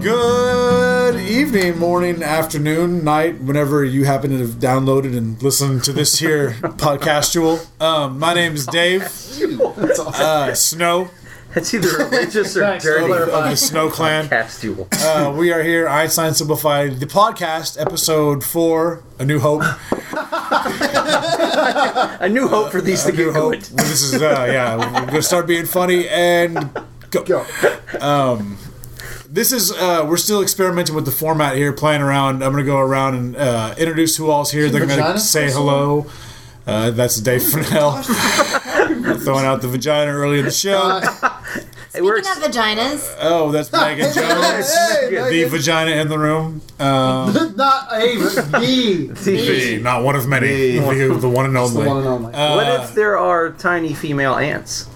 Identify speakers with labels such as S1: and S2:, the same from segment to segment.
S1: Good evening, morning, afternoon, night, whenever you happen to have downloaded and listened to this here podcastual. Um, my name is Dave uh, Snow
S2: That's either religious or
S3: Thanks,
S1: of,
S2: dirty.
S3: brother.
S1: of the Snow Clan.
S2: Castule.
S1: Uh, we are here, Einstein Simplified, the podcast, episode four, A New Hope.
S2: A new hope for these to
S1: New
S2: get
S1: Hope.
S2: good.
S1: This is, uh, yeah, we're going to start being funny and go.
S3: Go.
S1: This is, uh, we're still experimenting with the format here, playing around. I'm going to go around and uh, introduce who all's here. They're going to
S3: vagina
S1: say
S3: person?
S1: hello. Uh, that's Dave Fennell. throwing out the vagina early in the show.
S3: Uh,
S2: It works.
S4: Speaking of vaginas,
S1: Oh, that's Megan Jones. The vagina in the room. Um,
S3: not a the,
S1: the- not one of many. The, the one and
S3: the one
S1: only.
S3: and only.
S2: what
S1: Uh,
S2: if there are tiny female ants?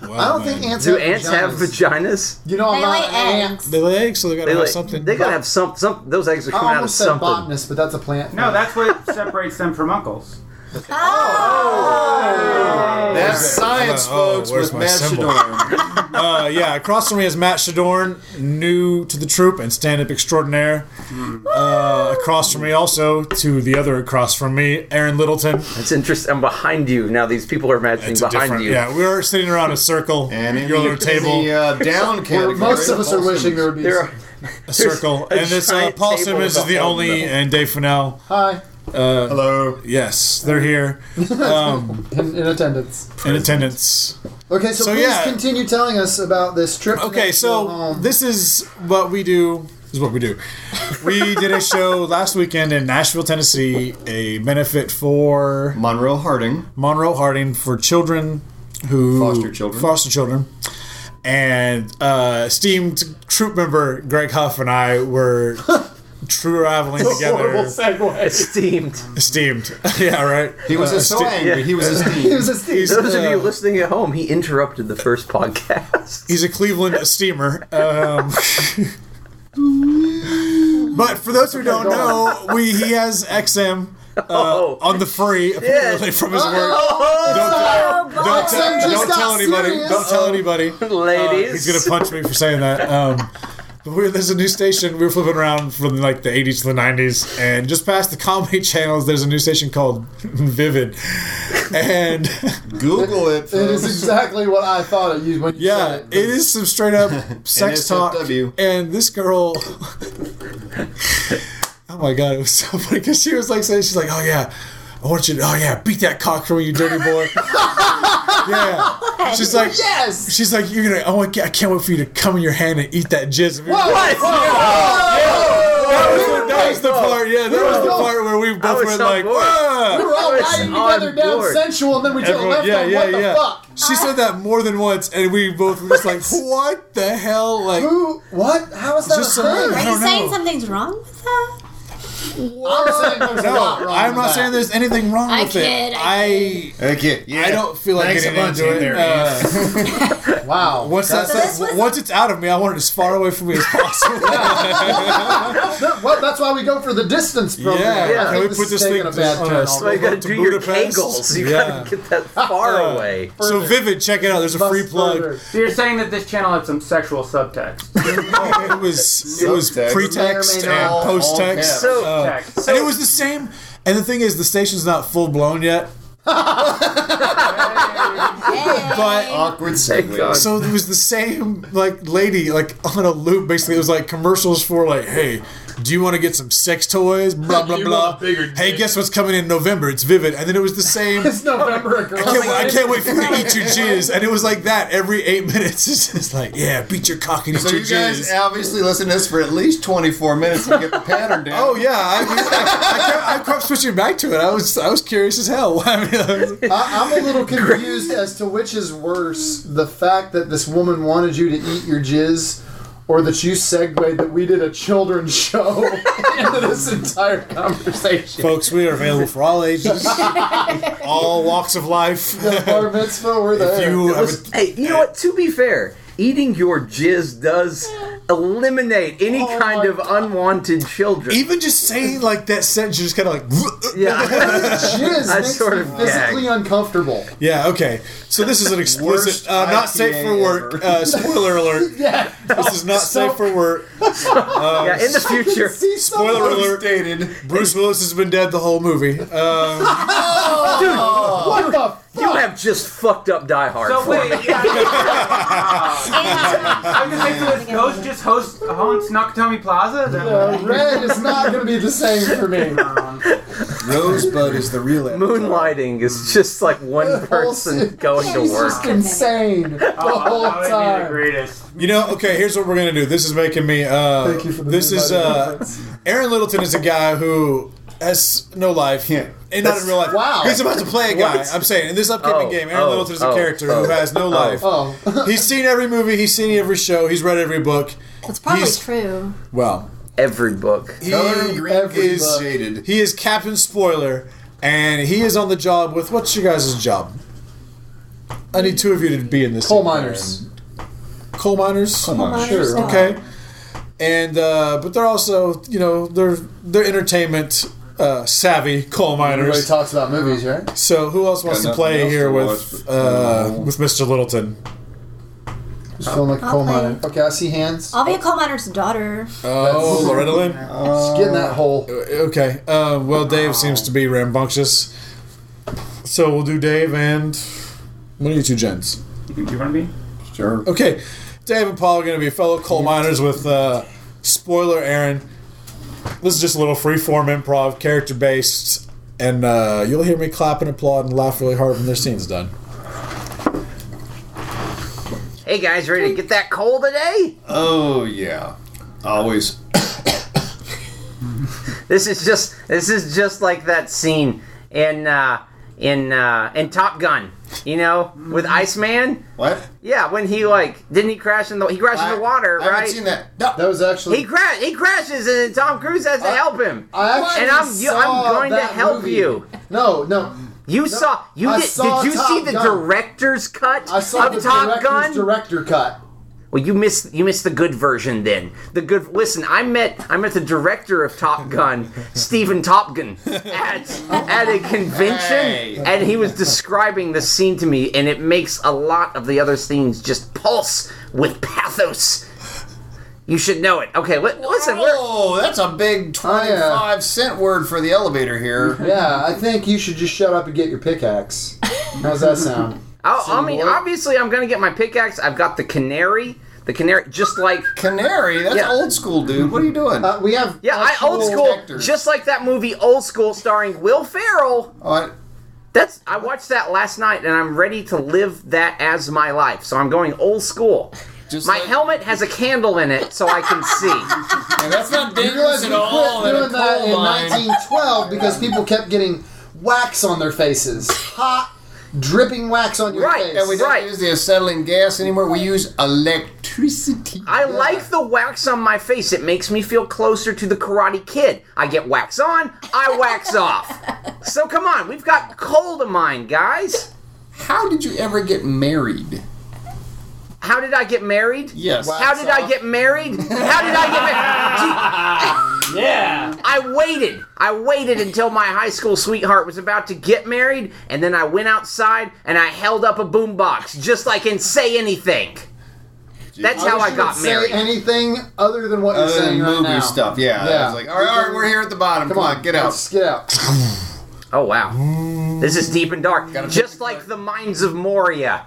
S1: Well,
S3: I don't
S1: man.
S3: think ants
S2: Do
S3: have
S2: ants have vaginas?
S3: You know, I'm
S4: they lay
S3: not an ant.
S4: eggs.
S1: They lay eggs, so they gotta
S2: They,
S1: have
S2: like,
S1: something.
S2: they gotta have some. Some those eggs are
S3: I
S2: coming out of
S3: almost said
S2: something.
S3: botanist, but that's a plant.
S5: No, that's what separates them from uncles.
S6: That's science,
S1: Uh, oh,
S6: folks,
S1: where's
S6: with
S1: my
S6: Matt
S1: symbol?
S6: Shadorn.
S1: Uh, yeah, across from me is Matt Shadorn, new to the troupe and stand-up extraordinaire.
S2: Hmm.
S1: Uh, across from me, also to the other across from me, Aaron Littleton.
S2: It's interesting. I'm behind you now. These people are imagining
S1: It's a
S2: behind
S1: different.
S2: you.
S1: Yeah, we're sitting around a circle,
S6: And in
S1: your
S6: the,
S1: little table,
S6: in the uh, down category,
S3: Most of us are
S6: Paul
S3: wishing there
S6: Simmons.
S3: would be.
S2: There are-
S1: a circle,
S2: a
S1: and this uh,
S2: giant
S1: Paul
S2: table
S1: Simmons is
S2: with a
S1: the
S2: hole in
S1: only,
S2: the middle.
S1: and Dave Fennell.
S3: Hi,
S6: Hello.
S1: Yes, they're here
S3: in, in attendance.
S1: in attendance.
S3: Okay, so,
S1: So,
S3: please
S1: yeah.
S3: continue telling us about this trip. to
S1: Okay,
S3: Nashville
S1: so
S6: um,
S3: home.
S1: this is what we do. This is what we do. We did a show last weekend in Nashville, Tennessee, a benefit for
S6: Monroe Harding.
S1: Monroe Harding for children who
S6: Foster children.
S1: foster children. And uh, esteemed troop member Greg Huff and I were true traveling together.
S2: Esteemed.
S1: Esteemed, yeah, right.
S6: He was
S1: Uh,
S6: so
S1: esti-
S6: angry. He was
S3: He
S6: esteemed.
S3: was a Steve.
S2: Those of
S1: uh,
S2: you listening at home, he interrupted the first podcast.
S1: He's a Cleveland steamer. Um, but for those who don't know, we he has XM
S2: oh,
S1: on the free apparently from his work.
S4: Oh,
S1: Don't,
S4: boy.
S1: tell-
S3: XM just
S1: don't
S3: got
S1: tell anybody.
S3: serious.
S1: Don't tell anybody. Uh,
S2: ladies.
S1: He's gonna punch me for saying that. Um, but we were, there's a new station. We were flipping around from like the 80s to the 90s, and just past the comedy channels, there's a new station called Vivid, and
S6: Google it.
S3: It is exactly what I thought it used when you
S1: yeah,
S3: said
S1: it is some straight up sex talk.
S6: NSFW.
S1: And this girl, oh my god, it was so funny because she was like saying, she's like, oh yeah. I want you to, oh yeah, beat that cock from me, you dirty boy. yeah. She's like,
S3: Yes.
S1: She's like, you're gonna. I want. I can't wait for you to come in your hand and eat that jizz. We were like,
S2: What?
S1: That was, that was the part. Yeah, that was the part where we both
S2: was
S1: went
S2: so
S1: like,
S2: bored.
S3: We
S1: ah!
S3: were all
S2: It's
S3: riding
S2: on
S3: together down
S2: board.
S3: sensual, and then we took a
S1: Everyone,
S3: left
S1: yeah,
S3: on
S1: yeah,
S3: what the
S1: yeah.
S3: fuck?
S1: She said that more than once, and we both were just like, what the hell? Like,
S3: Who? What? How is that
S1: Just
S3: a
S1: some-
S3: thing?
S1: I
S4: Are
S1: don't
S4: you saying
S1: know.
S4: something's wrong with that?
S3: I'm saying there's a lot wrong
S1: I'm
S3: with
S1: not
S3: that.
S1: saying there's anything wrong
S4: I
S1: with
S4: kid,
S1: it.
S4: I
S1: I
S6: Okay. Yeah.
S1: I don't feel like
S6: Thanks
S1: getting
S6: a bunch
S1: into
S6: in
S1: it.
S6: there,
S1: Uh,
S3: Wow.
S1: once that's,
S4: this was-
S1: once it's out of me, I want it as far away from me as possible.
S3: That- well, that's why we go for the distance program.
S1: Yeah,
S3: yeah.
S1: can we put this thing
S3: a
S1: on
S3: bad
S1: a
S3: turn.
S2: So you
S3: already.
S2: gotta
S1: To
S2: do your
S1: Budapest?
S2: kegels. You
S1: Yeah. Uh,
S2: gotta get that far away.
S1: so vivid, check it out. There's a free
S3: Bus
S1: plug.
S3: further.
S5: So you're saying that this channel had some sexual subtext.
S1: Oh, it was it was
S6: Subtext.
S1: pre-text
S3: May or may
S1: and
S3: not.
S1: post-text.
S2: So
S5: Text.
S1: and it was the same. And the thing is, the station's not full blown yet. But
S6: Awkward segue.
S2: God.
S1: so it was the same like lady like on a loop. Basically, it was like commercials for like, hey, do you want to get some sex toys? Blah blah blah. Hey, guess what's coming in November? It's Vivid. And then it was the same.
S3: It's November, girl.
S1: I can't, I can't wait for you to eat your jizz. And it was like that every eight minutes. It's just like, yeah, beat your cock and eat
S6: So
S1: your
S6: you guys
S1: jizz.
S6: obviously listen to this for at least 24 minutes to get the pattern down.
S1: Oh yeah, I, I, I, kept, I kept switching back to it. I was I was curious as hell. I mean, I was-
S3: I, I'm a little confused as to which is worse: the fact that this woman wanted you to eat your jizz, or that you segued that we did a children's show into this entire conversation.
S1: folks, we are available for all ages, all walks of life.
S3: Bar mitzvah, we're there.
S1: you, I
S2: Listen, hey, you know what? To be fair, eating your jizz does eliminate any
S3: Oh
S2: kind
S3: my
S2: of unwanted children.
S1: Even just saying like that sentence, you're just kind of like,
S2: yeah.
S3: Jizz
S2: I
S3: makes
S2: sort
S3: me
S2: of
S3: physically uncomfortable.
S1: yeah, okay. So this is an explicit,
S6: Worst
S1: uh, not safe
S6: IPA
S1: for work.
S6: ever.
S1: Uh, spoiler alert. This is not safe for work.
S2: yeah, in the future.
S3: See someone-
S1: Spoiler alert.
S6: Stated.
S1: Bruce Willis has been dead the whole movie. Uh,
S3: What the fuck?
S2: You have just fucked up Die Hard
S5: So
S2: for
S5: wait,
S2: me.
S5: I'm just thinking this ghost just hosts haunts Nakatomi Plaza. Is that
S3: Uh, red is not going to be the same for me.
S6: Rosebud is the real answer.
S2: Moonlighting
S1: Mm.
S2: is just like one person going to
S3: She's
S2: work.
S3: just insane the
S1: Oh,
S3: whole
S5: that would be the
S3: time.
S5: greatest.
S1: you know, okay. Here's what we're gonna do. This is making me. Uh,
S3: Thank you for the
S1: This is uh, Aaron Littleton is a guy who has no life.
S6: Yeah.
S1: And not in real life.
S3: Wow.
S1: He's about to play a guy. I'm saying in this upcoming
S2: Oh,
S1: game, Aaron
S2: oh,
S1: Littleton is a
S2: oh,
S1: character
S2: oh,
S1: who has no
S2: oh.
S1: life.
S3: Oh,
S1: He's seen every movie. He's seen every show. He's read every book.
S4: That's probably
S1: He's-
S4: true.
S1: Well,
S2: Every book.
S1: he
S6: Colored green
S3: Every
S6: is
S3: bug.
S6: shaded.
S1: he is Captain Spoiler, and he is on the job with what's your guys' job? I need two of you to be in this.
S3: coal
S1: scene.
S3: miners.
S1: Coal miners.
S3: Sure,
S4: Miners,
S1: Okay.
S4: no.
S1: And uh, but they're also you know they're they're entertainment uh, savvy coal
S3: Everybody
S1: miners.
S3: talks about movies, right?
S1: So who else wants
S6: Got
S1: to play
S6: nothing
S1: here
S6: else to
S1: with
S6: watch, but-
S1: uh, with Mr. Littleton?
S3: Just feeling like a
S4: I'll
S3: coal
S4: play.
S3: miner. Okay, I see hands.
S2: Uh,
S4: I'll be a coal miner's daughter.
S1: Oh, Loretta Lynn.
S3: Just get in that hole.
S1: Okay. Uh, well, Dave seems to be rambunctious. So we'll do Dave and what are you two gents?
S5: Do you want to be?
S6: Sure.
S1: Okay, Dave and Paul are going to be fellow coal miners with uh, spoiler Aaron. This is just a little freeform improv, character based, and uh, you'll hear me clap and applaud and laugh really hard when their scene's done.
S2: Hey guys, ready to get that coal today?
S6: Oh yeah. Always.
S2: This is just this is just like that scene in uh, in uh, in Top Gun, you know, with
S1: Mm-hmm.
S2: Iceman.
S6: What?
S2: Yeah, when
S3: Hmm.
S2: he like didn't he crash in the he crashed in the water,
S6: I haven't
S2: right?
S6: seen that. No.
S3: That was actually.
S2: He crash he crashes and then Tom Cruise has to help him.
S3: I actually
S2: and I'm you,
S3: saw
S2: I'm going to
S3: that
S2: help
S3: movie.
S2: you.
S3: No, no.
S2: You saw you
S3: I
S2: did,
S3: saw
S2: did you
S3: Top
S2: see the
S3: Gun.
S2: director's cut
S3: I saw
S2: of
S3: the
S2: Top
S3: director's
S2: Gun?
S3: director cut.
S2: Well, you missed you missed the good version then. The good listen, I met I met the director of Top Gun, Stephen Topgun, at at a convention,
S6: Hey.
S2: and he was describing the scene to me, and it makes a lot of the other scenes just pulse with pathos. You should know it. Okay, li- listen, we're,
S6: Oh, that's a big twenty-five cent word for the elevator here.
S3: Yeah, I think you should just shut up and get your pickaxe. How's that sound?
S2: I, I mean,
S3: what?
S2: obviously, I'm gonna get my pickaxe. I've got the canary, the canary, just like
S6: Canary, that's
S2: Yeah.
S6: old school, dude. What are you doing?
S3: Uh, we have.
S2: yeah, I
S3: actual
S2: old school,
S6: actors.
S2: just like that movie, old school, starring Will Ferrell.
S6: What?
S2: That's I watched that last night, and I'm ready to live that as my life. So I'm going old school.
S6: Just
S2: My
S6: like-
S2: helmet has a candle in it, so I can see.
S6: Yeah, that's not
S3: You realize
S6: dangerous
S3: we
S6: at
S3: quit
S6: all. in a
S3: doing that
S6: coal
S3: in
S6: mine.
S3: 1912 because people kept getting wax on their faces, hot, dripping wax on your
S2: Right,
S3: face.
S6: And we don't
S2: Right.
S6: use the acetylene gas anymore. We use electricity.
S2: I like the wax on my face. It makes me feel closer to the Karate Kid. I get wax on, I wax off. So come on, we've got coal to mine, guys.
S6: How did you ever get married?
S2: How did I get married?
S6: Yes.
S2: How did I get married? How did I get married? yeah. I waited. I waited until my high school sweetheart was about to get married, and then I went outside and I held up a boombox, just like in Say Anything. That's how I
S3: You
S2: got
S3: would
S2: married.
S3: Say anything other than what you're
S6: Other than
S3: saying right
S6: movie
S3: now.
S6: stuff, yeah.
S3: Yeah.
S6: I was like, all right, all right, we're here at the bottom. Come,
S3: Come
S6: on,
S3: on,
S6: get out.
S3: Let's get out.
S2: Oh wow, this is deep and dark,
S6: Gotta
S2: just
S6: pick-
S2: like the Mines of Moria.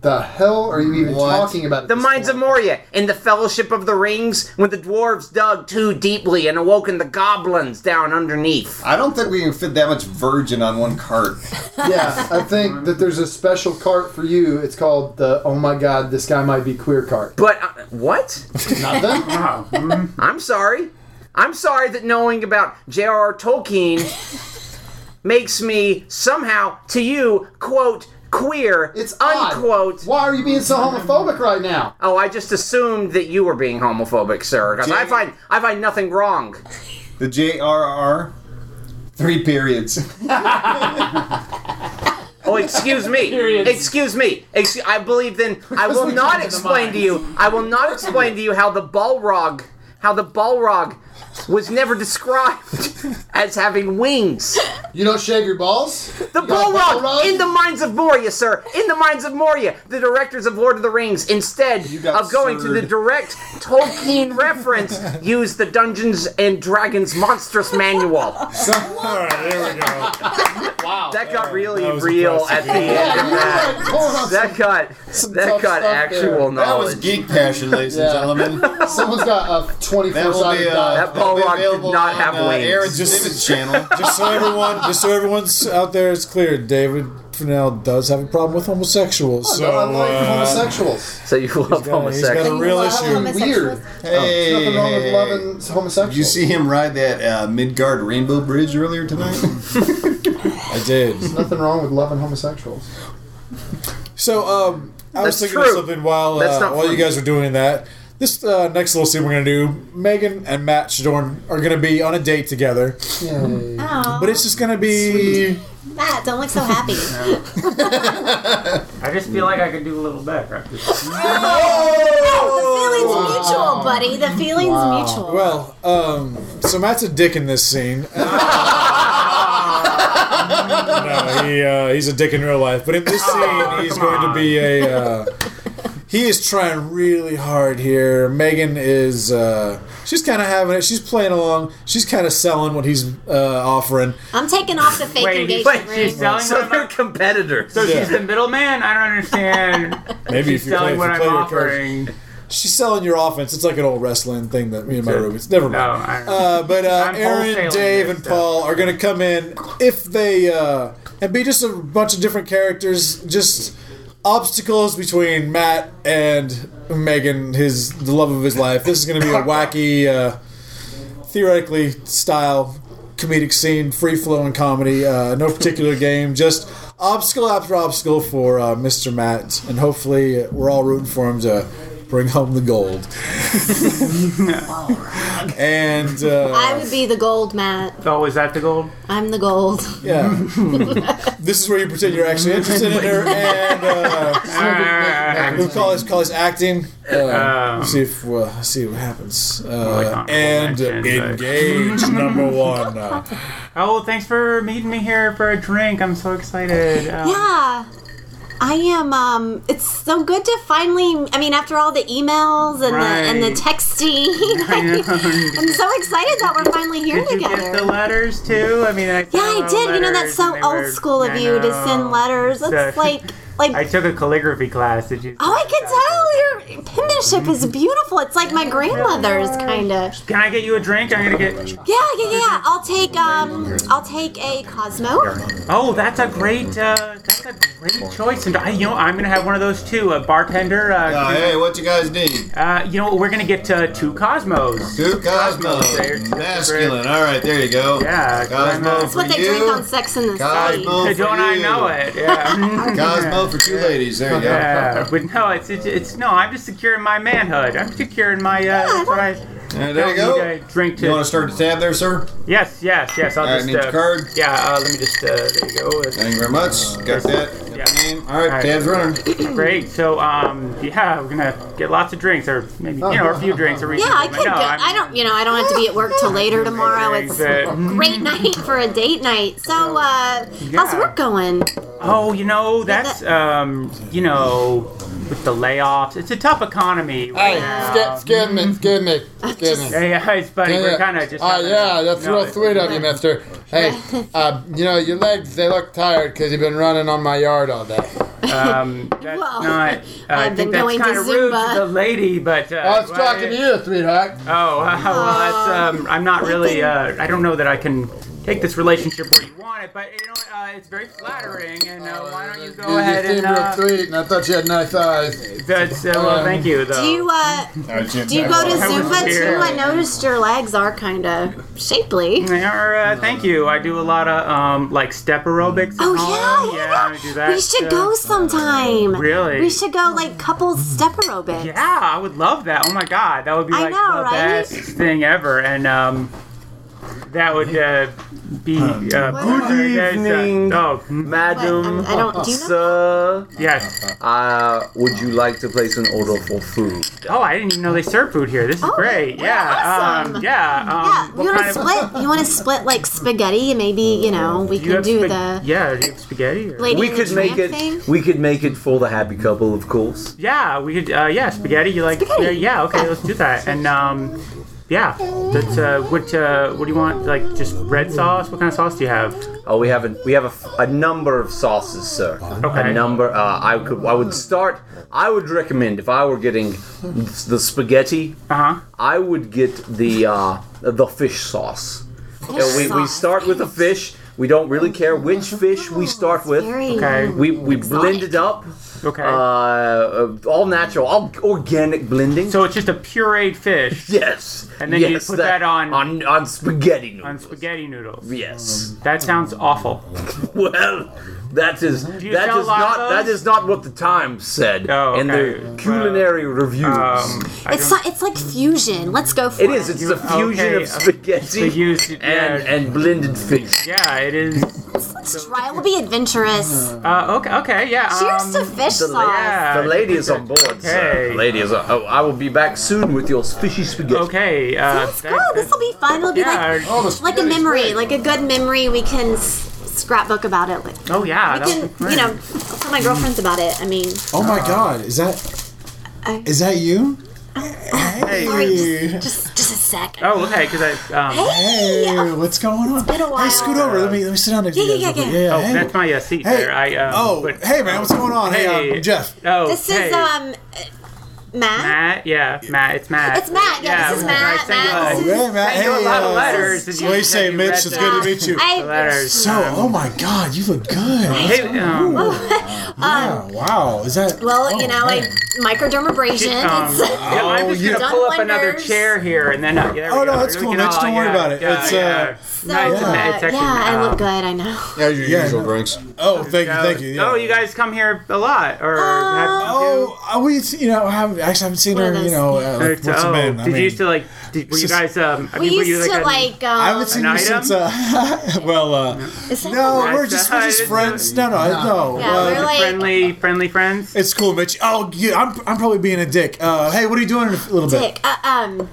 S3: The hell are you even
S6: What?
S3: talking about? at
S2: The
S3: this
S2: Mines of
S3: point?
S2: Moria in the Fellowship of the Rings, when the dwarves dug too deeply and awoken the goblins down underneath.
S6: I don't think we can fit that much virgin on one cart.
S3: Yeah, I think that there's a special cart for you. It's called the Oh my God, this guy might be queer cart.
S2: But uh, what?
S3: Nothing.
S2: Uh-huh.
S5: Wow. Mm.
S2: I'm sorry. I'm sorry that knowing about J.R.R. Tolkien makes me somehow, to you, quote, queer,
S3: It's odd.
S2: unquote.
S3: Why are you being so homophobic right now?
S2: Oh, I just assumed that you were being homophobic, sir. 'cause I
S6: Jay-
S2: find I find nothing wrong.
S6: The JRR, three periods.
S2: Oh, excuse me.
S7: Periods.
S2: Excuse me. Ex- I believe then I will
S3: we
S2: not
S3: come to the
S2: explain to you. I will not explain to you how the Balrog, how the Balrog, was never described as having wings.
S3: You don't shave your balls?
S2: The Balrog in the minds of Moria, sir. In the minds of Moria, the directors of Lord of the Rings, instead
S3: got
S2: of going to the
S3: served.
S2: direct Tolkien reference, used the Dungeons and Dragons Monstrous Manual.
S1: All right, there we go.
S7: Wow.
S2: That got really
S1: that was
S2: real at
S1: impressive.
S2: the end of that. That got that
S3: tough
S2: got
S3: stuff
S2: actual
S3: there.
S6: That was
S2: knowledge.
S6: geek passion, ladies
S3: Yeah.
S6: and gentlemen.
S3: Someone's got a 24
S6: That will be,
S3: sided
S6: uh,
S3: die.
S2: That
S6: that'll be
S2: Balrog did
S6: available
S2: not
S6: on,
S2: have
S6: uh,
S2: wings.
S6: Aaron's
S1: Just-
S6: Dividends channel.
S1: Just so everyone, just so everyone's out there, it's clear. David Fennell does have a problem with homosexuals. So
S3: I like
S1: uh,
S3: homosexuals.
S2: So you love
S1: got a- he's got a
S2: homosexuals.
S1: real
S3: Well,
S1: issue.
S3: Weird.
S6: Hey,
S3: There's nothing wrong
S6: hey,
S3: with
S6: hey.
S3: loving homosexuals.
S6: Did you see him ride that uh, Midgard Rainbow Bridge earlier tonight?
S1: I did.
S3: Nothing wrong with loving homosexuals.
S1: So um, I was
S2: That's
S1: thinking
S2: true.
S1: of something while
S2: That's
S1: uh,
S2: not
S1: while you
S2: funny.
S1: guys were doing that. This uh, next little scene we're gonna do, Megan and Matt Shadorn are gonna be on a date together,
S3: Yay.
S1: but it's just gonna be
S4: Matt, don't look so happy.
S5: I just feel like I could do a little better. after this.
S4: no, the feeling's mutual, buddy. The feeling's mutual.
S1: well. Um, so Matt's a dick in this scene. no, he uh, he's a dick in real life, but in this scene, he's going to be a. Uh, he is trying really hard here. Megan is uh, she's kind of having it. She's playing along. She's kind of selling what he's uh, offering.
S4: I'm taking off the fake
S5: Wait,
S4: engagement
S5: wait, she's
S4: ring.
S5: selling
S2: So
S5: what
S2: they're
S5: I'm,
S2: competitors.
S5: so
S1: Yeah.
S5: she's the middleman. I don't understand.
S1: Maybe if
S5: she's
S1: you play,
S5: selling
S1: if
S5: what
S1: you
S5: I'm
S1: play your cards.
S5: offering.
S1: She's selling your offense. It's like an old wrestling thing that me and my roommates. Never
S5: No,
S1: mind.
S5: I don't.
S1: Uh, but uh,
S5: I'm
S1: Aaron,
S5: wholesaling
S1: Dave,
S5: this
S1: and
S5: stuff.
S1: Paul are going to come in if they uh, and be just a bunch of different characters, just obstacles between Matt and Megan, his the love of his life. This is going to be a wacky, uh, theoretically style comedic scene, free flowing comedy. Uh, no particular game, just obstacle after obstacle for uh, Mr. Matt, and hopefully we're all rooting for him to bring home the gold. and uh,
S4: I would be the gold, Matt.
S5: so is that the gold?
S4: I'm the gold.
S1: yeah. this is where you pretend you're actually interested in her, and uh, we'll call this call this acting. Uh,
S5: Um,
S1: see if uh, see what happens.
S5: like
S1: Uh,
S5: honorable
S1: and
S5: mention, but-
S1: engage number one. Uh,
S5: Oh, thanks for meeting me here for a drink. I'm so excited. Uh,
S4: Yeah. I am. Um, it's so good to finally. I mean, after all the emails and the and the
S5: Right.
S4: texting,
S5: I know.
S4: I, am so excited that we're finally here
S5: Did you
S4: together.
S5: get the letters too? I mean, I
S4: yeah, I did. You know, that's so old school of you to send letters. That's
S5: So-
S4: like, like.
S5: I took a calligraphy class. Did you?
S4: oh, I can tell your penmanship is beautiful. It's like my grandmother's kind of.
S5: Can I get you a drink? I'm gonna get.
S4: Yeah, yeah, yeah. I'll take um, I'll take a Cosmo.
S5: Oh, that's a great. Uh, that's a great choice. And I, you know, I'm gonna have one of those too. A bartender.
S6: Uh,
S5: Uh,
S6: hey, what you guys need?
S5: uh, you know, we're gonna get uh, two Cosmos.
S6: Two Cosmo,
S5: There.
S6: masculine. All right, there you go.
S5: Yeah,
S6: Cosmo
S5: Cosmo.
S4: That's what
S6: for
S4: they
S6: you.
S4: drink on Sex in the City.
S6: Cosmo for
S5: Don't I
S6: you.
S5: know it? Yeah.
S6: Cosmo for two ladies. There you go.
S5: Yeah, but no, it's, it's it's no. I'm just securing my manhood. I'm securing my. Uh, that's what I,
S6: Uh, there you
S5: don't
S6: go.
S5: need a drink to.
S6: You want to start the tab there, sir?
S5: yes, yes, yes. I'll
S6: All right,
S5: just.
S6: need
S5: uh,
S6: the card.
S5: Yeah, uh, let me just. Uh, there you go. It's-
S6: Thank you very much. Got that. Got
S5: Yeah.
S6: the name. All right,
S5: right.
S6: tab's running.
S5: Great. So, um, yeah, we're gonna get lots of drinks, or maybe you know, a few drinks, or
S4: Yeah, I could. go. I don't. You know, I don't have to be at work till later tomorrow. It's great night for a date night. So, uh, how's
S5: Yeah.
S4: work going?
S5: Oh, you know, that's um, you know, with the layoffs, it's a tough economy.
S8: Hey,
S5: Right?
S8: sca- scared me, scared me, scared me.
S5: Hey, yeah, it's funny. We're kind of just.
S8: Ah,
S5: having-
S8: yeah, that's
S5: no,
S8: real
S5: it's-
S8: sweet of you, mister. Hey, uh, you know, your legs, they look tired because you've been running on my yard all day.
S5: Um, that's
S4: Well,
S5: not. Uh, I
S4: I've been
S5: think that's
S4: going to
S5: kind of rude
S4: Zumba.
S5: to the lady, but. Uh,
S8: I was
S5: why-
S8: talking to you, sweetheart.
S5: Oh, uh, well, that's. Um, I'm not really. Uh, I don't know that I can take this relationship where you want it, but you know, what, uh, it's very flattering, and uh, why don't you go ahead
S8: you seemed
S5: and. Uh,
S8: real Um, sweet, and I thought you had nice eyes.
S5: that's, uh, well, thank you, though.
S4: Do you uh, do you go to
S5: I was
S4: Zumba
S5: here.
S4: too? I noticed your legs are kind of shapely.
S5: They are, uh, thank you. I do a lot of um, like step aerobics. at
S4: Oh
S5: home.
S4: yeah, yeah.
S5: I do that.
S4: we should
S5: uh,
S4: go sometime.
S5: Really?
S4: We should go like couples step aerobics.
S5: Yeah, I would love that. Oh my god, that would be
S4: I
S5: like
S4: know,
S5: the
S4: right?
S5: best thing ever. And um, that would uh, be uh, good
S2: evening.
S5: Oh,
S2: Madam,
S4: What? I- I don't- do you know
S2: sir,
S5: yes.
S2: uh, would you like to place an order for food?
S5: Oh, I didn't even know they serve food here. This is
S4: Oh,
S5: great.
S4: yeah,
S5: Yeah. Um,
S4: awesome.
S5: yeah. Um,
S4: Yeah, you
S5: what
S4: want to
S5: kind of-
S4: split? You want to split like spaghetti? Maybe you know we
S5: do you
S4: can
S5: have
S4: do
S5: spag-
S4: the
S5: yeah, do you have spaghetti? or-
S4: lady
S2: We
S4: in the
S2: could make
S4: tramp
S2: it.
S4: thing.
S2: We could make it for the happy couple, of course.
S5: Yeah, we could. Uh, yeah, spaghetti. You like?
S4: Spaghetti.
S5: Yeah, yeah, Okay, let's do that. And um, yeah, that's uh, what. Uh, what do you want? Like just red sauce? What kind of sauce do you have?
S2: Oh, we have a we have a, a number of sauces, sir.
S5: Okay.
S2: A number. Uh, I could. I would start. I would recommend if I were getting the spaghetti,
S5: Uh huh.
S2: I would get the uh, the fish sauce. Uh, we, we
S4: sauce.
S2: start with a fish. We don't really care which fish we start with.
S4: Very
S5: Okay.
S2: We we blend it up.
S5: Okay.
S2: Uh, uh, all natural, all organic blending.
S5: so it's just a pureed fish
S2: yes,
S5: And then you
S2: yes,
S5: put that on-
S2: on on spaghetti noodles.
S5: on spaghetti noodles.
S2: Yes.
S5: That sounds awful.
S2: Well, that is that
S5: you
S2: is
S5: sell a lot of
S2: not that
S5: those?
S2: is not what the Times said
S5: Oh,
S2: in
S5: okay.
S2: their culinary reviews.
S5: Um, I
S4: It's
S5: don't-
S4: like, it's like fusion. Let's go for
S2: it
S4: it.
S2: is. It's the
S5: You-
S2: fusion
S5: okay,
S2: of spaghetti
S5: so you should-
S2: and
S5: yeah.
S2: and blended fish.
S5: yeah, it is.
S4: Let's try. We'll be adventurous.
S5: Uh, okay. Okay. Yeah.
S4: Cheers
S5: um,
S4: to fish
S2: the-
S4: sauce.
S5: yeah.
S2: The lady is on board, sir.
S5: Okay.
S2: The lady is. On, oh, I will be back soon with your fishy spaghetti.
S5: Okay. Uh,
S4: Let's
S5: that-
S4: go. This will be fun. It'll be
S5: yeah.
S4: like
S5: Oh,
S4: like a memory, like a good memory. We can s- scrapbook about it. Like,
S5: oh, yeah.
S4: I
S5: that
S4: can,
S5: would be
S4: you know,
S5: great. Uh,
S4: I'll tell my girlfriends about it. I mean,
S1: Oh my god, is that
S4: I-
S1: is that you?
S4: sorry,
S1: Hey.
S4: just, just just a sec.
S5: Oh, okay. Because I. Um,
S1: Hey, what's going on?
S4: been a while.
S1: Hey, scoot over. Let me let me sit down next
S4: uh, Yeah,
S1: to you.
S4: yeah,
S1: guys real
S4: yeah,
S1: quick.
S4: yeah.
S1: yeah.
S5: Oh,
S1: hey.
S5: that's my uh, seat
S1: Hey.
S5: there. I, um,
S1: oh,
S5: but-
S1: hey man, what's going on? Hey,
S5: Hey.
S1: um, Jeff.
S5: Oh,
S4: This
S5: hey.
S4: is um, Matt.
S5: Matt. Yeah, Matt. It's Matt.
S4: It's Matt. Yeah, this is
S5: remember I
S4: Matt.
S5: sent you
S4: Matt,
S5: a-
S4: this is-
S1: Hey, man.
S5: I
S1: Hey,
S5: know a lot of
S1: uh,
S5: letters. and
S1: What do you say,
S5: said
S1: Mitch?
S5: read
S1: It's
S5: the-
S1: good to meet you.
S4: I,
S5: The letters.
S1: So, oh my God, you look good.
S5: Hey,
S1: Hey,
S5: um,
S1: yeah, wow, is that?
S4: um, well,
S1: oh,
S4: you know,
S1: man.
S4: I microdermabrasion.
S5: um,
S4: it's,
S5: yeah, I'm just gonna
S4: Done
S5: pull up another
S4: wonders.
S5: chair here, and then uh, yeah, there
S1: Oh,
S5: we
S1: no,
S5: go.
S1: that's
S5: We
S1: cool,
S5: can
S1: Mitch,
S5: all-
S1: don't worry
S5: yeah,
S1: about it.
S5: Yeah,
S1: It's, uh,
S5: yeah.
S4: so,
S5: No, it's-
S4: uh,
S5: it's actually,
S4: yeah, I
S5: um,
S4: look good. I know.
S6: Yeah, your
S1: Yeah.
S6: usual drinks.
S1: Oh, thank you, thank you. Yeah.
S5: Oh, you guys come here a lot, or have,
S1: Oh, uh, we, you know, I haven't, actually haven't seen
S4: One of
S1: her. You
S4: those-
S1: know, uh,
S5: do-
S1: like, once a
S5: oh,
S1: man. I
S5: did
S1: mean,
S5: you used to like? Did, were you
S1: just-
S5: guys? Um, I
S4: We
S5: mean, were you
S4: used to
S5: like? a-
S4: like. Um,
S1: I haven't seen
S5: An
S1: you
S5: item?
S1: since. Uh, well, uh,
S4: is that
S1: no,
S4: the-
S1: we're just we're just friends. No, no, no.
S4: Yeah,
S1: uh,
S4: we're like-
S5: friendly, friendly friends.
S1: it's cool, Mitch. Oh, yeah, I'm I'm probably being a dick. Uh, hey, what are you doing in a little bit?
S4: Dick, uh, um,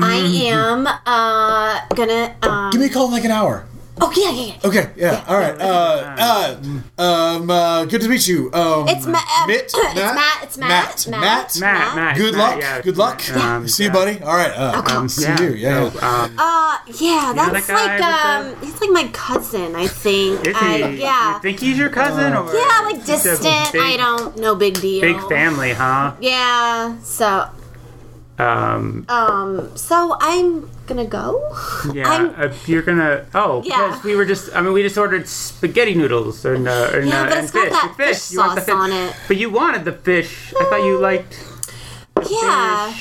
S4: I am uh gonna. Um,
S1: Give me a call in like an hour.
S4: oh yeah, yeah, yeah.
S1: Okay, yeah, all right. Uh, uh, um, uh, good to meet you. Um,
S4: It's Ma- uh,
S1: Mitt,
S4: it's Matt. It's Matt.
S1: Matt, Matt,
S5: Matt, Matt,
S1: Good
S5: Matt,
S1: luck.
S5: yeah,
S1: good luck.
S5: um,
S1: see
S5: yeah.
S1: you, buddy. All right. Uh,
S4: Um,
S1: see you. Yeah.
S5: So, um,
S4: Uh, yeah,
S5: know
S4: that's
S5: that guy
S4: like um,
S5: uh, with
S4: he's like my cousin, I think.
S5: Is
S4: I,
S5: he?
S4: Uh, yeah,
S5: You think he's your cousin
S1: Uh,
S5: or?
S4: yeah, like
S5: He's a
S4: distant. I
S5: big-
S4: don't, no big deal.
S5: Big family, huh?
S4: Yeah, so
S5: Um,
S4: um, so I'm gonna go.
S5: yeah.
S4: I'm-
S5: uh, you're gonna. Oh,
S4: Yeah.
S5: because we were just. I mean, we just ordered spaghetti noodles and uh, and,
S4: Yeah,
S5: uh,
S4: but
S5: and
S4: it's got
S5: fish.
S4: that
S5: fish.
S4: fish
S5: you want the
S4: sauce
S5: fish.
S4: on it.
S5: But you wanted the fish. I thought you liked.
S4: Yeah,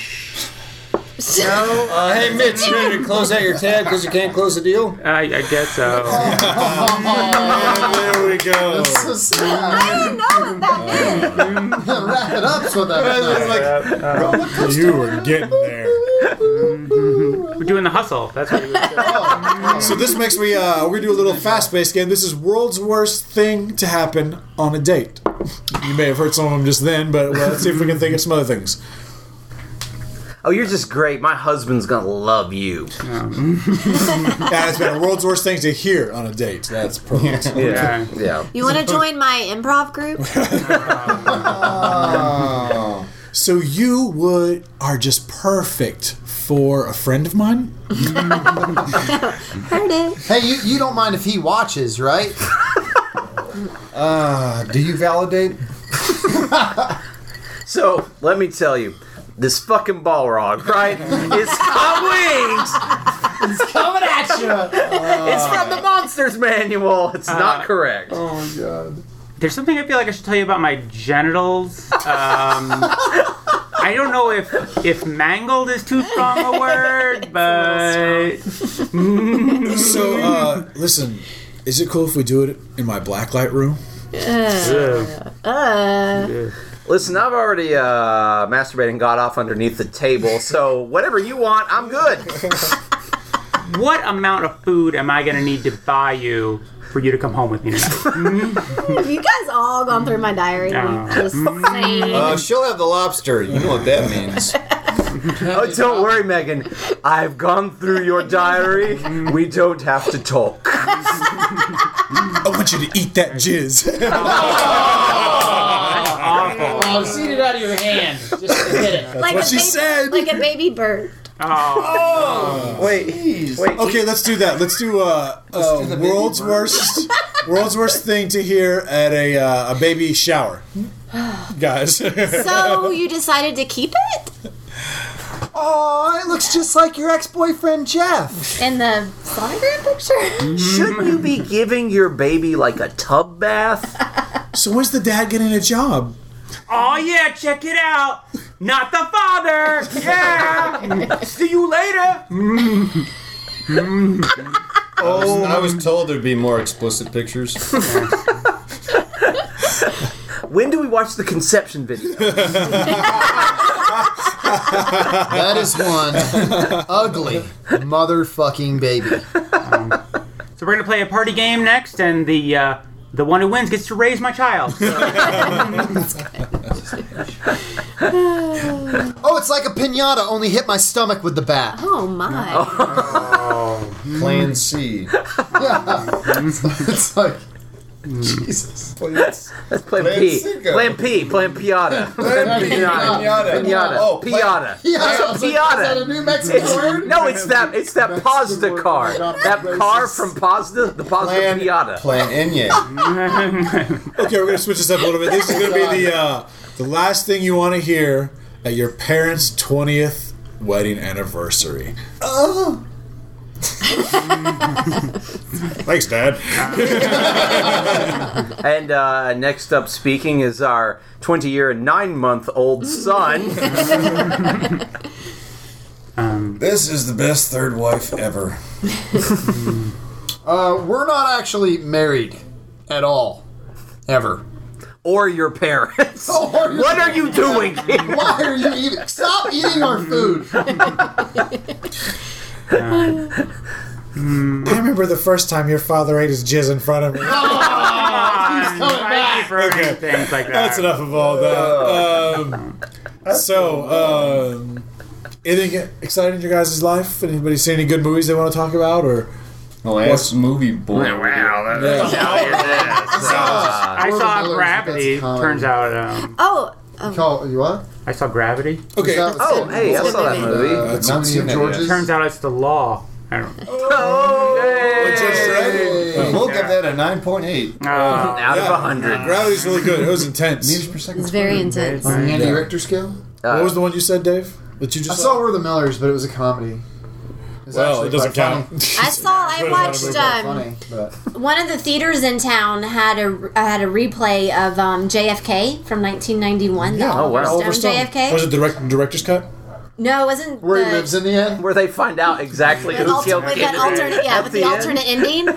S6: Uh, hey, Mitch, you need to close out your tab because you can't close the deal.
S5: Uh, I guess so.
S8: Oh,
S1: there we go.
S3: This is sad.
S4: I don't know what that is.
S3: Wrap it up so that.
S1: You were getting there.
S5: we're doing the hustle. That's what we were doing.
S1: So this makes me. Uh, we're gonna do a little fast-paced game. This is world's worst thing to happen on a date. You may have heard some of them just then, but well, let's see if we can think of some other things.
S2: Oh, you're just great. My husband's gonna love you.
S1: That's been world's worst thing to hear on a date. That's perfect.
S5: Yeah.
S2: Yeah.
S4: You want to join my improv group?
S1: So you would are just perfect for a friend of mine.
S4: Heard it.
S3: Hey, you, you don't mind if he watches, right?
S6: Uh, do you validate?
S2: So let me tell you, this fucking Balrog, right? It's got wings.
S3: Coming at you. Uh,
S2: It's from the Monsters Manual. It's not correct.
S3: Oh god.
S5: There's something I feel like I should tell you about my genitals. Um, I don't know if if mangled is too strong a word, but
S1: So uh, listen, is it cool if we do it in my blacklight room?
S5: Ugh.
S4: Uh,
S2: Listen, I've already uh, masturbated and got off underneath the table, so whatever you want, I'm good.
S5: what amount of food am I going to need to buy you for you to come home with me tonight?
S4: Have you guys all gone through my diary?
S5: Yeah.
S4: Just
S5: Mm.
S4: saying.
S6: Uh, she'll have the lobster. You know what that means.
S2: Oh, don't worry, Megan. I've gone through your diary. We don't have to talk.
S1: I want you to eat that jizz.
S5: Awful.
S7: I'll eat it out of your hand. Just admit it.
S4: like
S1: what
S4: a
S1: she
S4: baby,
S1: said.
S4: Like a baby bird.
S5: Oh,
S2: Wait, wait.
S1: okay, let's do that. Let's do uh, uh,
S6: do the baby
S1: world's
S6: bird.
S1: worst, world's worst thing to hear at a uh, a baby shower, guys.
S4: So you decided to keep it
S3: Oh, it looks just like your ex-boyfriend Jeff.
S4: in the sonogram
S5: Mm.
S4: picture?
S2: Shouldn't you be giving your baby like a tub bath?
S1: so when's the dad getting a job?
S5: oh yeah, check it out. Not the father. Yeah. See you later.
S6: Oh, I was told there'd be more explicit pictures.
S2: When do we watch the conception video?
S3: That is one ugly motherfucking baby.
S5: So we're gonna play a party game next, and the uh, the one who wins gets to raise my child.
S3: Oh, it's like a pinata, only hit my stomach with the bat.
S4: Oh my.
S6: Plan C.
S3: Yeah. it's like, Jesus.
S2: That's Plan
S6: Plan
S2: P.
S6: Cinco.
S2: Plan P. Plan Piata. Plan Piata. Piata.
S6: Oh, plan-
S2: Piata.
S3: Yeah,
S2: It's a Piata.
S3: a New Mexican word?
S2: No, it's that. It's that Pazda
S3: word
S2: car.
S3: for not
S2: That
S3: racist.
S2: car from Pazda. The Pazda
S6: Plan
S2: Piata.
S6: Plan Enye.
S1: Okay, we're gonna switch this up a little bit. This is gonna be the uh, the last thing you want to hear at your parents' twentieth wedding anniversary. Oh. Thanks, Dad.
S2: And uh, next up, speaking is our 20-year and nine-month-old son.
S6: This is the best third wife ever.
S3: Uh, we're not actually married at all. Ever.
S2: or your parents.
S3: Oh,
S2: What are you doing? here?
S3: Why are you eating? Stop eating our food.
S1: I remember the first time your father ate his jizz in front of me.
S5: Thank you for
S1: Okay.
S5: things like that.
S1: That's enough of all that. Um, so, um, anything exciting in your guys' life? Anybody see any good movies they want to talk about? Or
S6: The last movie boy.
S5: Wow, that's I
S3: Warner
S5: saw
S3: Brothers,
S5: Gravity.
S3: that's comedy.
S5: Turns out, um,
S4: Oh. oh.
S3: Call you what?
S5: I saw Gravity.
S1: okay,
S2: Oh, hey, I saw that movie.
S3: Uh,
S6: not
S3: Tony
S6: seen
S3: and
S6: it
S3: George's.
S5: Turns out it's the law. I don't. know.
S6: We'll give that a 9.8.
S5: Uh,
S2: Out
S1: Yeah.
S2: of a hundred.
S1: Gravity's really good. It was
S6: Meters
S1: intense.
S6: per second.
S4: It's very intense.
S3: Andy
S1: Yeah.
S3: Richter scale.
S2: Uh,
S1: What was the one you said, Dave? That you
S3: I
S1: just
S3: saw We're the Millers, but it was a comedy. was
S1: Well,
S3: actually
S1: it doesn't
S3: quite funny.
S1: count.
S4: I saw. I watched. Um,
S3: Funny, but
S4: one of the theaters in town had a had a replay of um, JFK from 1991. Yeah.
S2: Oh, wow.
S4: Stone JFK.
S1: Was it direct director's cut?
S4: no, it wasn't.
S3: where
S4: the,
S3: he lives in the end.
S2: Where they find out exactly
S4: With,
S2: who
S4: alter-
S2: killed
S4: with that
S2: Kennedy.
S4: alternate, yeah,
S2: At
S4: with
S2: the
S4: the
S2: end.
S4: alternate ending. Uh,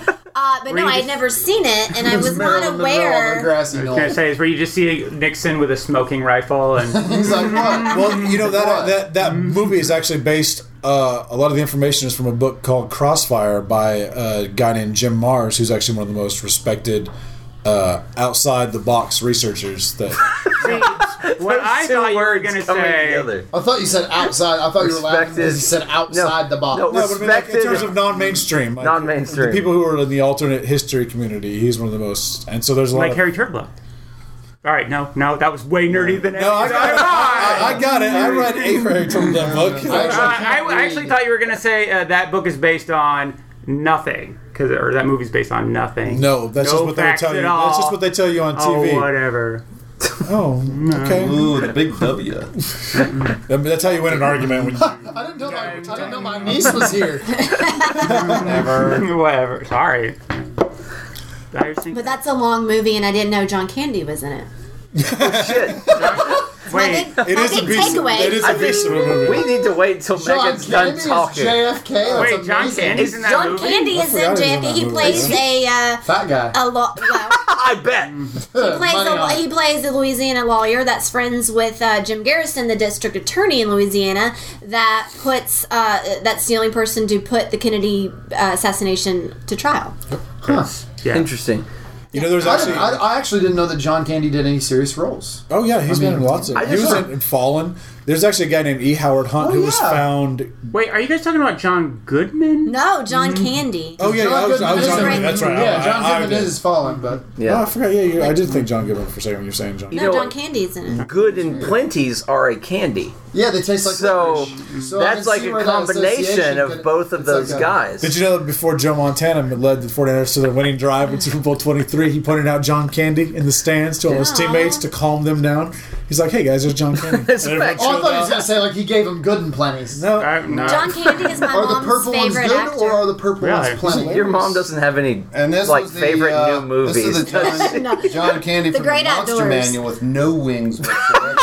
S4: but no, I had never seen it, and I was not
S3: Marilyn Monroe on the
S4: aware.
S3: grassy knoll.
S5: I was gonna say is where you just see Nixon with a smoking rifle and
S3: He's like, what?
S1: Well, you know that uh,
S3: What?
S1: that that movie is actually based. Uh, a lot of the information is from a book called Crossfire by a guy named Jim Mars, who's actually one of the most respected uh, outside the box researchers. That
S5: what I
S2: Two
S5: thought you were
S2: words
S5: gonna
S2: coming
S5: say.
S2: together.
S3: I thought you said outside. I thought you were laughing
S2: Respected-
S3: because you said outside the box.
S2: no,
S1: No, but I mean, like, in
S2: Respected-
S1: terms of non-mainstream, like,
S2: Non-mainstream.
S1: the people who are in the alternate history community, he's one of the most. And so there's a lot.
S5: like
S1: of,
S5: Harry Turdlow. All right, no, no, that was way nerdy than
S1: no, I
S5: anything
S1: got, it. I, I got it. I read a Harry Turnbull book.
S5: Uh, I, I actually thought you were gonna say uh, that book is based on nothing, 'cause- or that movie's based on nothing.
S1: No, that's
S5: No
S1: just what they
S5: facts
S1: tell you.
S5: at all.
S1: That's just what they tell you on
S5: Oh,
S1: TV.
S5: whatever.
S1: Oh, okay.
S6: Ooh, the big W.
S1: I mean, That's how you win an argument. When you,
S3: I didn't know my, I didn't know my niece was here.
S5: whatever. Sorry. I was thinking,
S4: But that's a long movie, and I didn't know John Candy was in it.
S2: Shit.
S4: My
S5: wait,
S4: big, my
S1: it is a
S4: big
S1: beast.
S4: takeaway.
S1: It is
S2: I
S1: a beast of a
S2: think we
S1: movie.
S2: need to wait until
S3: John
S2: Megan's done
S3: Candy is
S2: talking.
S3: JFK. That's
S5: wait, John
S3: amazing.
S5: Candy's in that
S4: John
S5: movie.
S4: Candy is in
S1: forgot he was in
S4: JFK.
S1: that
S4: He
S1: movie.
S4: plays a uh,
S3: Fat guy.
S4: a lot. Well,
S2: I bet.
S4: He plays,
S8: Money
S4: a,
S8: on it.
S4: he plays a Louisiana lawyer that's friends with uh, Jim Garrison, the district attorney in Louisiana, that puts uh, that's the only person to put the Kennedy uh, assassination to trial.
S5: Yeah.
S2: Interesting.
S1: You know, there's
S3: I,
S1: actually.
S3: didn't, I, I actually didn't know that John Candy did any serious roles.
S1: oh yeah, he's been in lots of.
S2: I
S1: He was
S2: just-
S1: in Fallen. There's actually a guy named E. Howard Hunt who was
S3: yeah.
S1: found.
S5: Wait, are you guys talking about John Goodman?
S4: No, John
S3: Mm-hmm.
S4: Candy.
S1: Oh yeah,
S3: John
S1: I was, I was
S3: Goodman
S1: on,
S4: is-
S1: that's right. I-
S3: yeah, John
S1: I- I
S3: Goodman
S1: did.
S3: is fallen, but
S1: Oh, I
S2: Yeah.
S1: forgot. Yeah, you, I did think John Goodman for a second. when You were saying John.
S2: You
S4: no,
S2: know-
S4: John Candy's in it.
S2: Good and plenties are a candy.
S3: yeah, they taste like
S2: So,
S3: licorice. So I can
S2: That's
S3: see
S2: like a
S3: where that
S2: combination
S3: association
S2: of
S3: could-
S2: both of
S3: it's like
S2: those
S3: a-
S2: guys.
S1: Did you know that before Joe Montana led the 49ers to their winning drive in Super Bowl 23, he pointed out John Candy in the stands to all his
S4: Aw.
S1: teammates to calm them down? He's like, hey guys, there's John Candy.
S2: That's
S1: And everyone
S2: fact.
S3: Oh, I
S1: showed
S3: thought he was
S1: up.
S3: gonna say like he gave him good and plenties.
S1: No,
S5: Uh, no.
S4: John Candy is my
S3: Are the
S4: mom's
S3: purple ones
S4: favorite
S3: good
S4: actor.
S3: or are the purple
S5: Really?
S3: ones plenty?
S2: Your mom doesn't have any
S6: And this
S2: like
S6: was the,
S2: favorite
S6: uh,
S2: new
S6: This
S2: movies.
S6: is the John, John Candy from the
S4: Great
S6: Monster
S4: Outdoors.
S6: Manual with no wings whatsoever.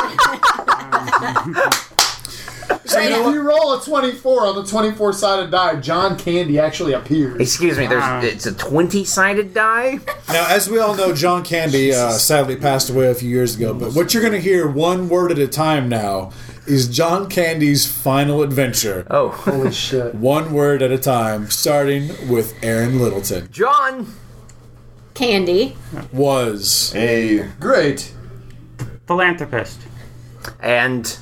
S4: Right
S3: If
S4: up.
S3: you roll a 24 on the 24 sided die, John Candy actually appears.
S2: Excuse me,
S1: Ah.
S2: there's it's a twenty-sided die.
S1: Now, as we all know, John Candy uh, sadly passed away a few years ago. But what you're going to hear one word at a time now is John Candy's final adventure.
S2: Oh,
S3: Holy shit.
S1: One word at a time, starting with Aaron Littleton.
S2: John
S4: Candy.
S1: Was
S6: Hey,
S3: Great.
S5: Philanthropist.
S2: and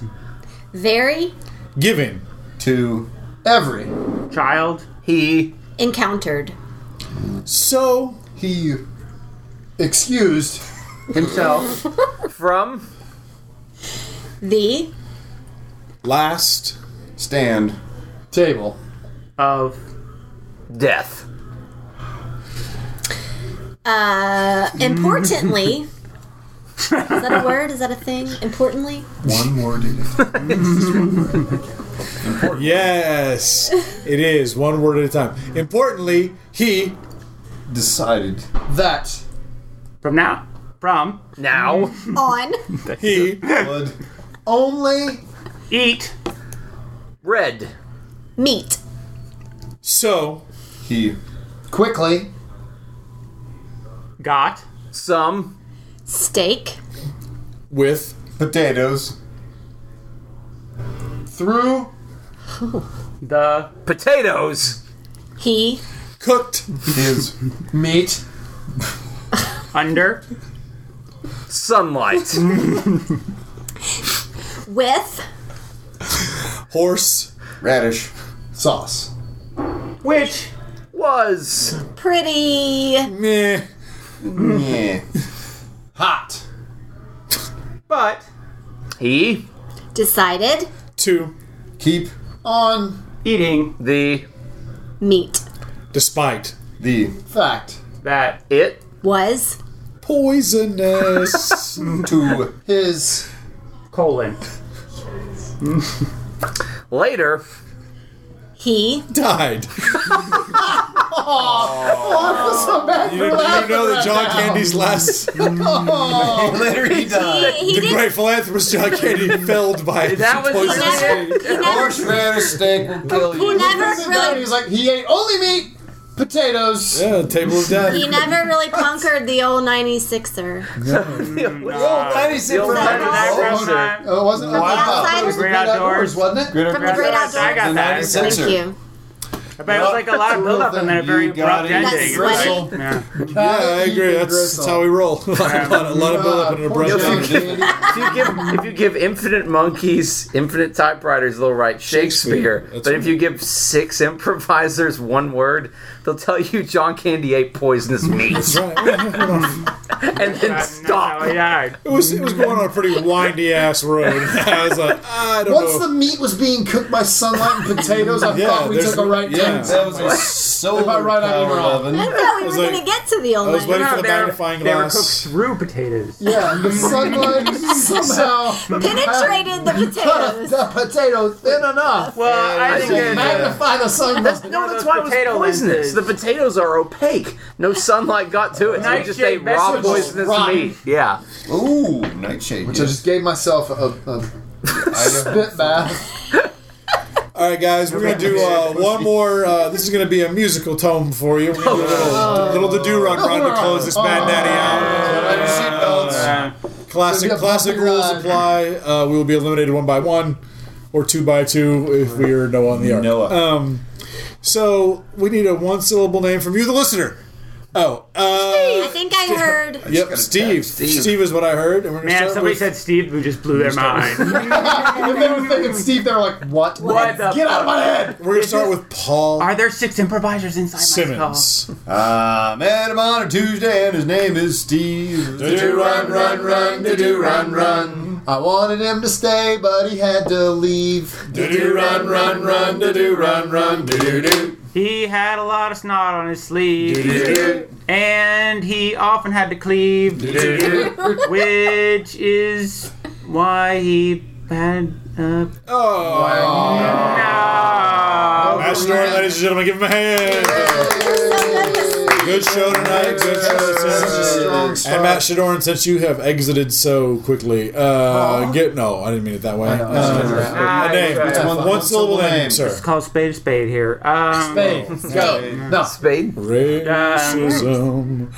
S4: Very
S1: giving
S6: to
S3: Every.
S5: Child.
S2: he
S4: encountered.
S1: so
S3: He excused
S2: himself from
S4: The
S1: last
S6: stand
S3: table.
S5: Of.
S2: death.
S4: uh, importantly. is that a word? Is that a thing? Importantly.
S6: one more dude.
S1: Yes, it is one word at a time. Importantly, he
S6: decided
S3: That.
S5: From now. From.
S2: Now
S3: Mm.
S4: On.
S1: he
S6: would
S3: Only
S5: Eat.
S2: red
S4: Meat.
S1: so
S6: he
S3: quickly
S5: Got.
S2: some
S4: Steak.
S1: with
S6: potatoes
S3: through
S5: The.
S2: potatoes.
S4: He
S1: cooked
S6: his
S3: meat.
S5: Under.
S2: Sunlight.
S4: with
S1: horse
S6: radish
S3: Sauce.
S5: Which.
S2: was
S4: pretty
S1: meh
S6: yeah
S3: Hot.
S5: But.
S2: he
S4: decided
S1: to
S6: keep
S3: On
S5: Eating.
S2: the
S4: meat
S1: despite
S6: the
S3: fact.
S5: That.
S2: it
S4: was
S1: poisonous
S6: to
S3: His
S5: Colon.
S2: later
S4: he
S1: died.
S3: so bad
S1: You, you know that John Candy's last, the
S6: later he died.
S4: he, he didn't
S1: great philanthropist John Candy, felled by
S2: That was-
S4: he
S1: poisonous.
S4: never he never
S6: Horse radish steak will kill
S4: he
S6: you.
S4: never really
S3: He's like, he ate only meat, potatoes.
S1: Yeah, table of death.
S4: he never really conquered the old 96er.
S5: Mm, The old
S4: that
S5: background
S6: all?
S5: time.
S3: Oh, it wasn't that
S6: Wow.
S3: bad. It was the
S5: Great
S3: great outdoors,
S5: outdoors.
S3: wasn't it?
S4: From the great
S5: I
S4: outdoors.
S5: got that.
S6: Ninety
S5: I
S6: cents.
S4: Thank
S6: Sure.
S4: you.
S5: bet it was like a lot of build up and then a very
S6: You got
S5: abrupt
S6: it.
S5: ending. It was like- yeah.
S1: Yeah, I agree. That's, that's how we roll. a lot of- a lot of buildup and a
S3: Poor John
S1: brush.
S3: Candy.
S2: if you give if you give infinite monkeys infinite typewriters they'll write Shakespeare,
S1: Shakespeare, that's
S2: but if you give six improvisers one word they'll tell you John Candy ate poisonous meat and then
S5: That's how he
S2: stop.
S5: died.
S1: It was it was going on a pretty windy ass road. I was like, I don't
S3: Once the
S1: know.
S3: meat was being cooked by sunlight and potatoes, I
S1: Yeah,
S3: thought we
S1: there's-
S3: took a right
S1: yeah.
S3: turn.
S6: That was a solar
S3: Am I right on the
S6: power
S3: wrong?
S6: oven.
S4: I thought we
S1: was
S4: were
S1: like-
S4: gonna get to the old
S1: I was waiting for the
S4: 96er.
S5: they were-
S1: magnifying
S5: They were cooked
S1: glass.
S5: through potatoes.
S3: Yeah, the sunlight somehow
S4: Penetrated the
S3: cut a-
S4: potatoes.
S3: the potato thin enough.
S5: Well, I think
S3: to
S5: it,
S3: magnify the sunlight.
S2: No,
S5: of
S2: that's
S5: those
S2: why it was
S5: potato
S2: poisonous.
S5: lenses.
S2: The potatoes are opaque. No sunlight got to it. So they just ate
S5: Nightshade
S2: raw
S5: vegetables
S2: poisonous
S3: rot.
S2: meat. Yeah.
S6: Ooh, nightshade.
S3: So I just gave myself a, a
S6: I know.
S3: spit bath.
S1: All right, guys, we're gonna do uh, one more. Uh, this is gonna be a musical tome for you. We're gonna do a little, little to do run run to close this bad daddy out.
S5: Uh,
S1: Classic
S3: It'll be a
S1: classic
S3: bumpy
S1: rules
S3: ride.
S1: apply. Uh, we will be eliminated one by one, or two by two if we are no on the arc.
S6: Noah.
S1: Um, so we need a one syllable name from you, the listener. Oh, uh,
S4: I think I heard.
S1: yep, Steve. Steve. is what I heard. And we're gonna
S5: man,
S1: start
S5: if somebody
S1: with-
S5: said Steve who just blew their mind.
S3: If they were thinking Steve, they were like, what?
S5: What the-
S3: Get out of my head!
S1: we're gonna start with Paul
S5: Are there six improvisers inside my skull?
S1: Simmons.
S6: I met him on a Tuesday and his name is Steve.
S1: Do
S3: Run, run, run, do do run, run. I wanted him to stay, but he had to leave. Do do run, run, run, do do run, run, do do do.
S5: He had a lot of snot on his sleeve, and he often had to cleave, which is why he had a.
S1: Oh,
S5: No.
S1: Matt Storm, ladies and gentlemen, give him a hand. Good show tonight. Good show. Since. And Matt Shadoran, since you have exited so quickly, uh, get no, I didn't mean it that way. Uh,
S5: Ah,
S1: a name,
S5: it's
S1: one, one syllable name, sir.
S5: called spade a spade here. Um,
S3: Go. No.
S2: Spade.
S1: Racism.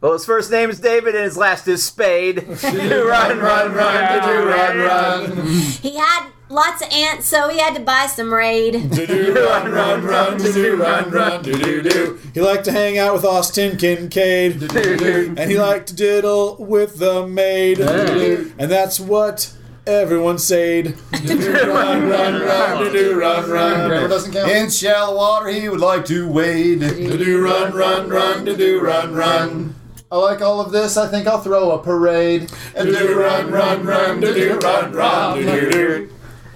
S2: Well, his first name is David, and his last is Spade. run, run, run.
S5: run,
S4: He had lots of ants, so he had to buy some raid.
S1: Run, run, run, do run, run, do do do. He liked to hang out with Austin Kincaid, and he liked to diddle with the maid, and that's what everyone said.
S3: Run, run, run, do do run, run. Grammar doesn't count.
S6: In shallow water, he would like to wade.
S3: do run, run, run, do do run, run. I like all of this. I think I'll throw a parade. Do do run, run, run, do do run, run.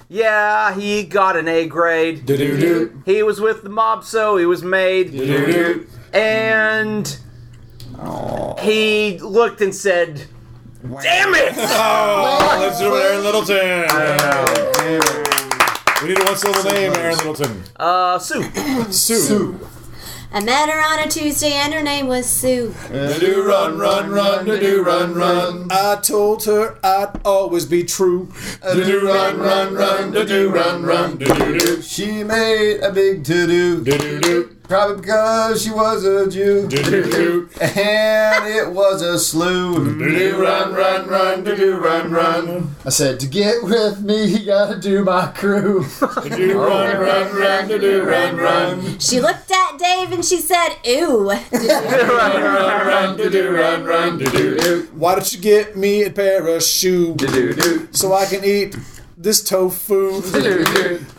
S2: Yeah, he got an A grade.
S1: Do-do-do.
S2: He was with the mob, so he was made.
S1: Do-do-do.
S2: And he looked and said, "Damn it!"
S1: Oh, let's do it, Aaron Littleton. We need a one syllable name, Aaron Littleton.
S2: Uh, Sue.
S1: Sue. Sue.
S4: I met her on a Tuesday, and her name was Sue.
S1: Do run, run, run, do do run, run. I told her I'd always be true. Do do run, run, run, do do run, run, do do do.
S6: She made a big to do.
S1: Do do do
S6: Probably because she was a Jew.
S1: do do do.
S6: And it was a slew.
S1: Do do run, run, run, do do run, run.
S3: I said, to get with me, you gotta do my crew.
S1: Do do run, run, run, do do run, run.
S4: She looked at Dave and she said, "Ooh."
S1: Run, do do run, run, do do do. Why don't you get me a pair of shoes so I can eat this tofu?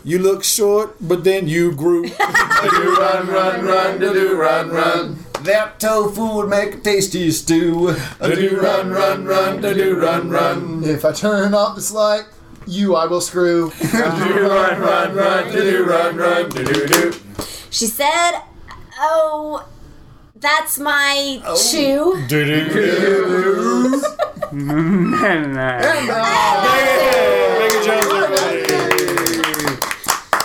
S1: You look short, but then you grew.
S6: Run, run, run, do do run, run. That tofu would make a tasty stew. Do do run, run, run, do do run, run.
S3: If I turn off this light, you I will screw.
S6: Run, run, run, do do run, run, do do do.
S4: She said, "Oh, that's my shoe."
S1: Do do do.
S5: uh,
S1: Megan Jones, everybody.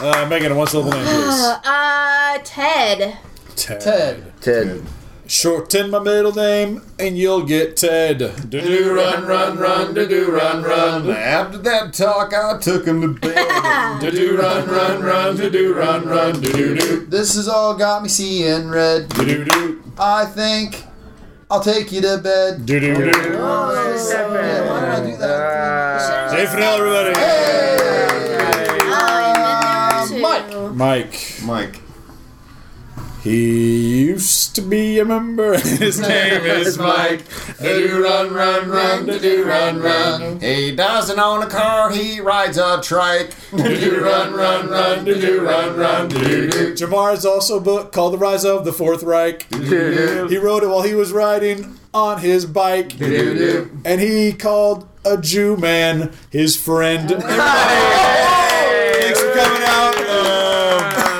S1: Uh, Megan, a one syllable name, please.
S4: Uh, Ted.
S1: Ted.
S3: Ted.
S2: Ted.
S1: Shorten my middle name and you'll get Ted. Do do run, run, run, do do run, run.
S6: After that talk, I took him to bed.
S1: Do do run, run, run, do do run, run, do do do.
S3: This has all got me seeing red.
S1: Do do do.
S3: I think I'll take you to bed.
S1: Do do do.
S3: Why did I do that?
S4: Um,
S1: Hey, Fennell, everybody.
S4: Oh, you meant there were two.
S1: Mike.
S6: Mike.
S1: He used to be a member. His name is Mike. Do do run, run, run, do do run, run.
S6: He doesn't own a car, he rides a trike.
S1: Do do run, run, run, do do run, run, do do do. Jamar's also a book called The Rise of the Fourth Reich. He wrote it while he was riding on his bike. And he called a Jew man his friend. Thanks for coming out.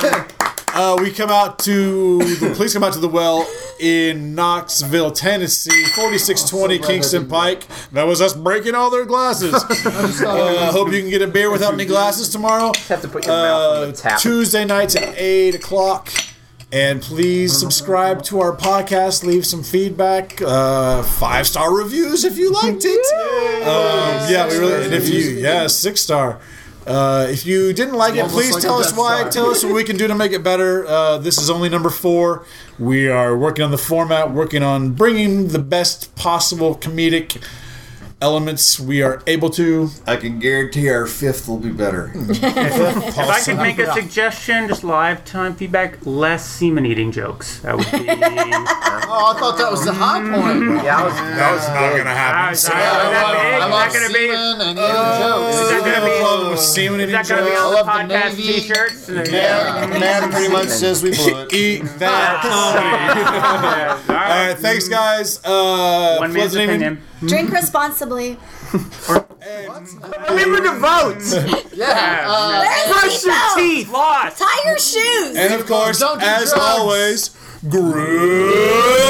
S1: Um, uh, we come out to the police come out to the well in Knoxville, Tennessee, 4620 Kingston Pike. That was us breaking all their glasses. Uh, hope you can get a beer without any glasses tomorrow.
S2: Have to put your mouth on the
S1: Uh,
S2: tap.
S1: Tuesday nights at 8 o'clock. And please subscribe to our podcast. Leave some feedback. Uh, Five star reviews if you liked it. Um, yeah, we really. And if you, yeah, six star. Uh, if you didn't like it,
S3: Almost
S1: please
S3: like
S1: tell
S3: a
S1: us
S3: Death
S1: why.
S3: Star.
S1: Tell us what we can do to make it better. Uh, this is only number four. We are working on the format, working on bringing the best possible comedic elements we are able to.
S6: I can guarantee our fifth will be better.
S3: Oh,
S5: If I could make a suggestion, just live time feedback, less semen eating jokes. That would be.
S3: Oh, I thought that was the high
S1: Mm.
S3: point.
S2: Yeah, I was,
S1: That was not going to
S5: Ah,
S1: happen.
S5: is
S1: So-
S5: that- is that big?
S3: I
S5: Is
S3: love
S5: that gonna be?
S3: semen and
S1: Oh.
S3: uh,
S5: Is
S1: You
S5: that
S1: have
S5: gonna
S1: a problem
S5: be?
S1: with semen in
S5: Is
S1: your
S5: that gonna be
S1: jokes?
S5: on
S3: I
S5: the
S3: love the
S5: podcast
S3: Navy.
S5: T-shirts? And
S6: Yeah, Matt pretty much says we blew it.
S1: Eat that comedy. All right, thanks, guys. Uh,
S5: One man's
S1: Pleasant evening.
S5: opinion.
S4: Drink responsibly.
S2: remember to vote.
S3: yeah. Uh,
S2: Brush your teeth.
S5: Lost.
S4: Tie your shoes.
S1: And of course,
S3: Don't do
S1: as
S3: drugs.
S1: always, Groove.